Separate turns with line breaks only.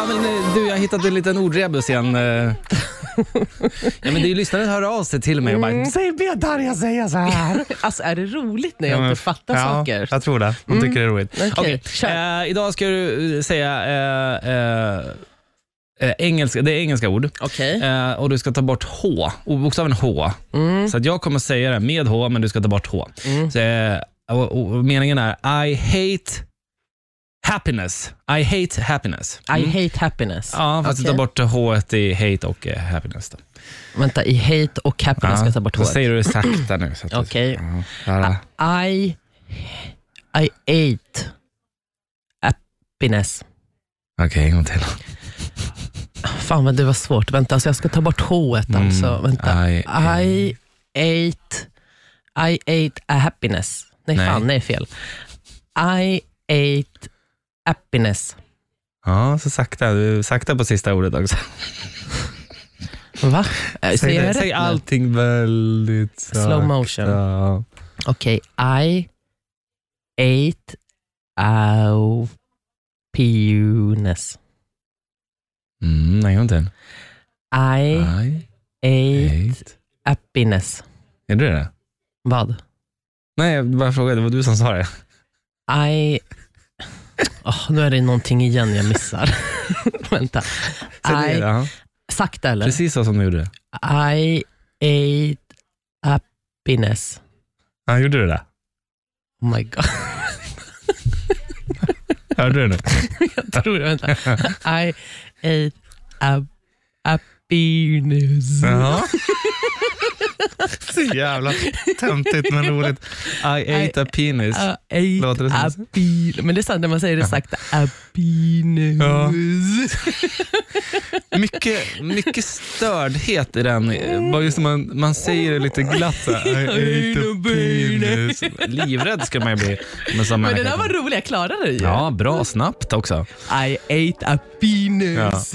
eh, Du, jag har hittat en liten ordrebus igen. eh. Ja, men det är ju lyssnaren hör av sig till mig och bara, säg be Darja säga så här.
Alltså är det roligt när jag
Ja, men-
inte fattar
ja,
saker?
Jag tror det. Hon tycker det är roligt.
Okej,
Mm. Okej,
kör.
eh, idag ska du eh, säga eh, eh, eh, engelska, det är engelska ord.
Okej.
Eh, och du ska ta bort H, och bokstaven H. Så att jag kommer säga det med H, men du ska ta bort H. Så, eh, och, och, och meningen är I hate happiness. I hate happiness. Mm.
I hate happiness.
Ja, fast du
Okej.
tar bort H i hate och eh, happiness. Då.
Vänta, i hate och happiness ska jag ta bort
så
håret.
säger du det sakta nu. så att du-
Okej.
Ja, där.
I, I ate happiness. Ah.
Okej, en gång till.
Fan vad det var svårt. Vänta, alltså jag ska ta bort H alltså. Vänta.
Mm. I
I, ate, I ate a happiness. Nej,
Nej.
fan, det är fel. I ate happiness.
Ja, så sakta. Du sakta på sista ordet också.
Va? Äh, Säger jag
säg
rätt allt.
allting väldigt sakta.
Slow motion. Okej, I ate happiness.
Mm, nej, en gång till.
I
I
ate
hate...
happiness.
Är du det?
Vad?
Nej, jag bara frågade. Det var du som sa det.
I... Åh, nu är det någonting igen jag missar. Vänta.
Så det,
I...
ja.
Sakta eller?
Precis så som du gjorde.
I ate happiness.
Ja, gjorde du det?
Oh my god.
Hörde du det nu?
Jag tror det. Vänta. I ate a- happiness.
Jaha. Så jävla töntigt men roligt. I ate a penis.
I ate
Låter det som-
happiness. Men det är sant när man säger det sakta. Happiness.
Ja. Mycket, mycket stördhet i den. Bara just när man, man säger det lite glatt. Så här, I ate a penis. Livrädd ska man ju bli. Men, som
Men det
människa.
där var roligt. Jag klarade det ju.
Ja, bra snabbt också.
I ate happiness.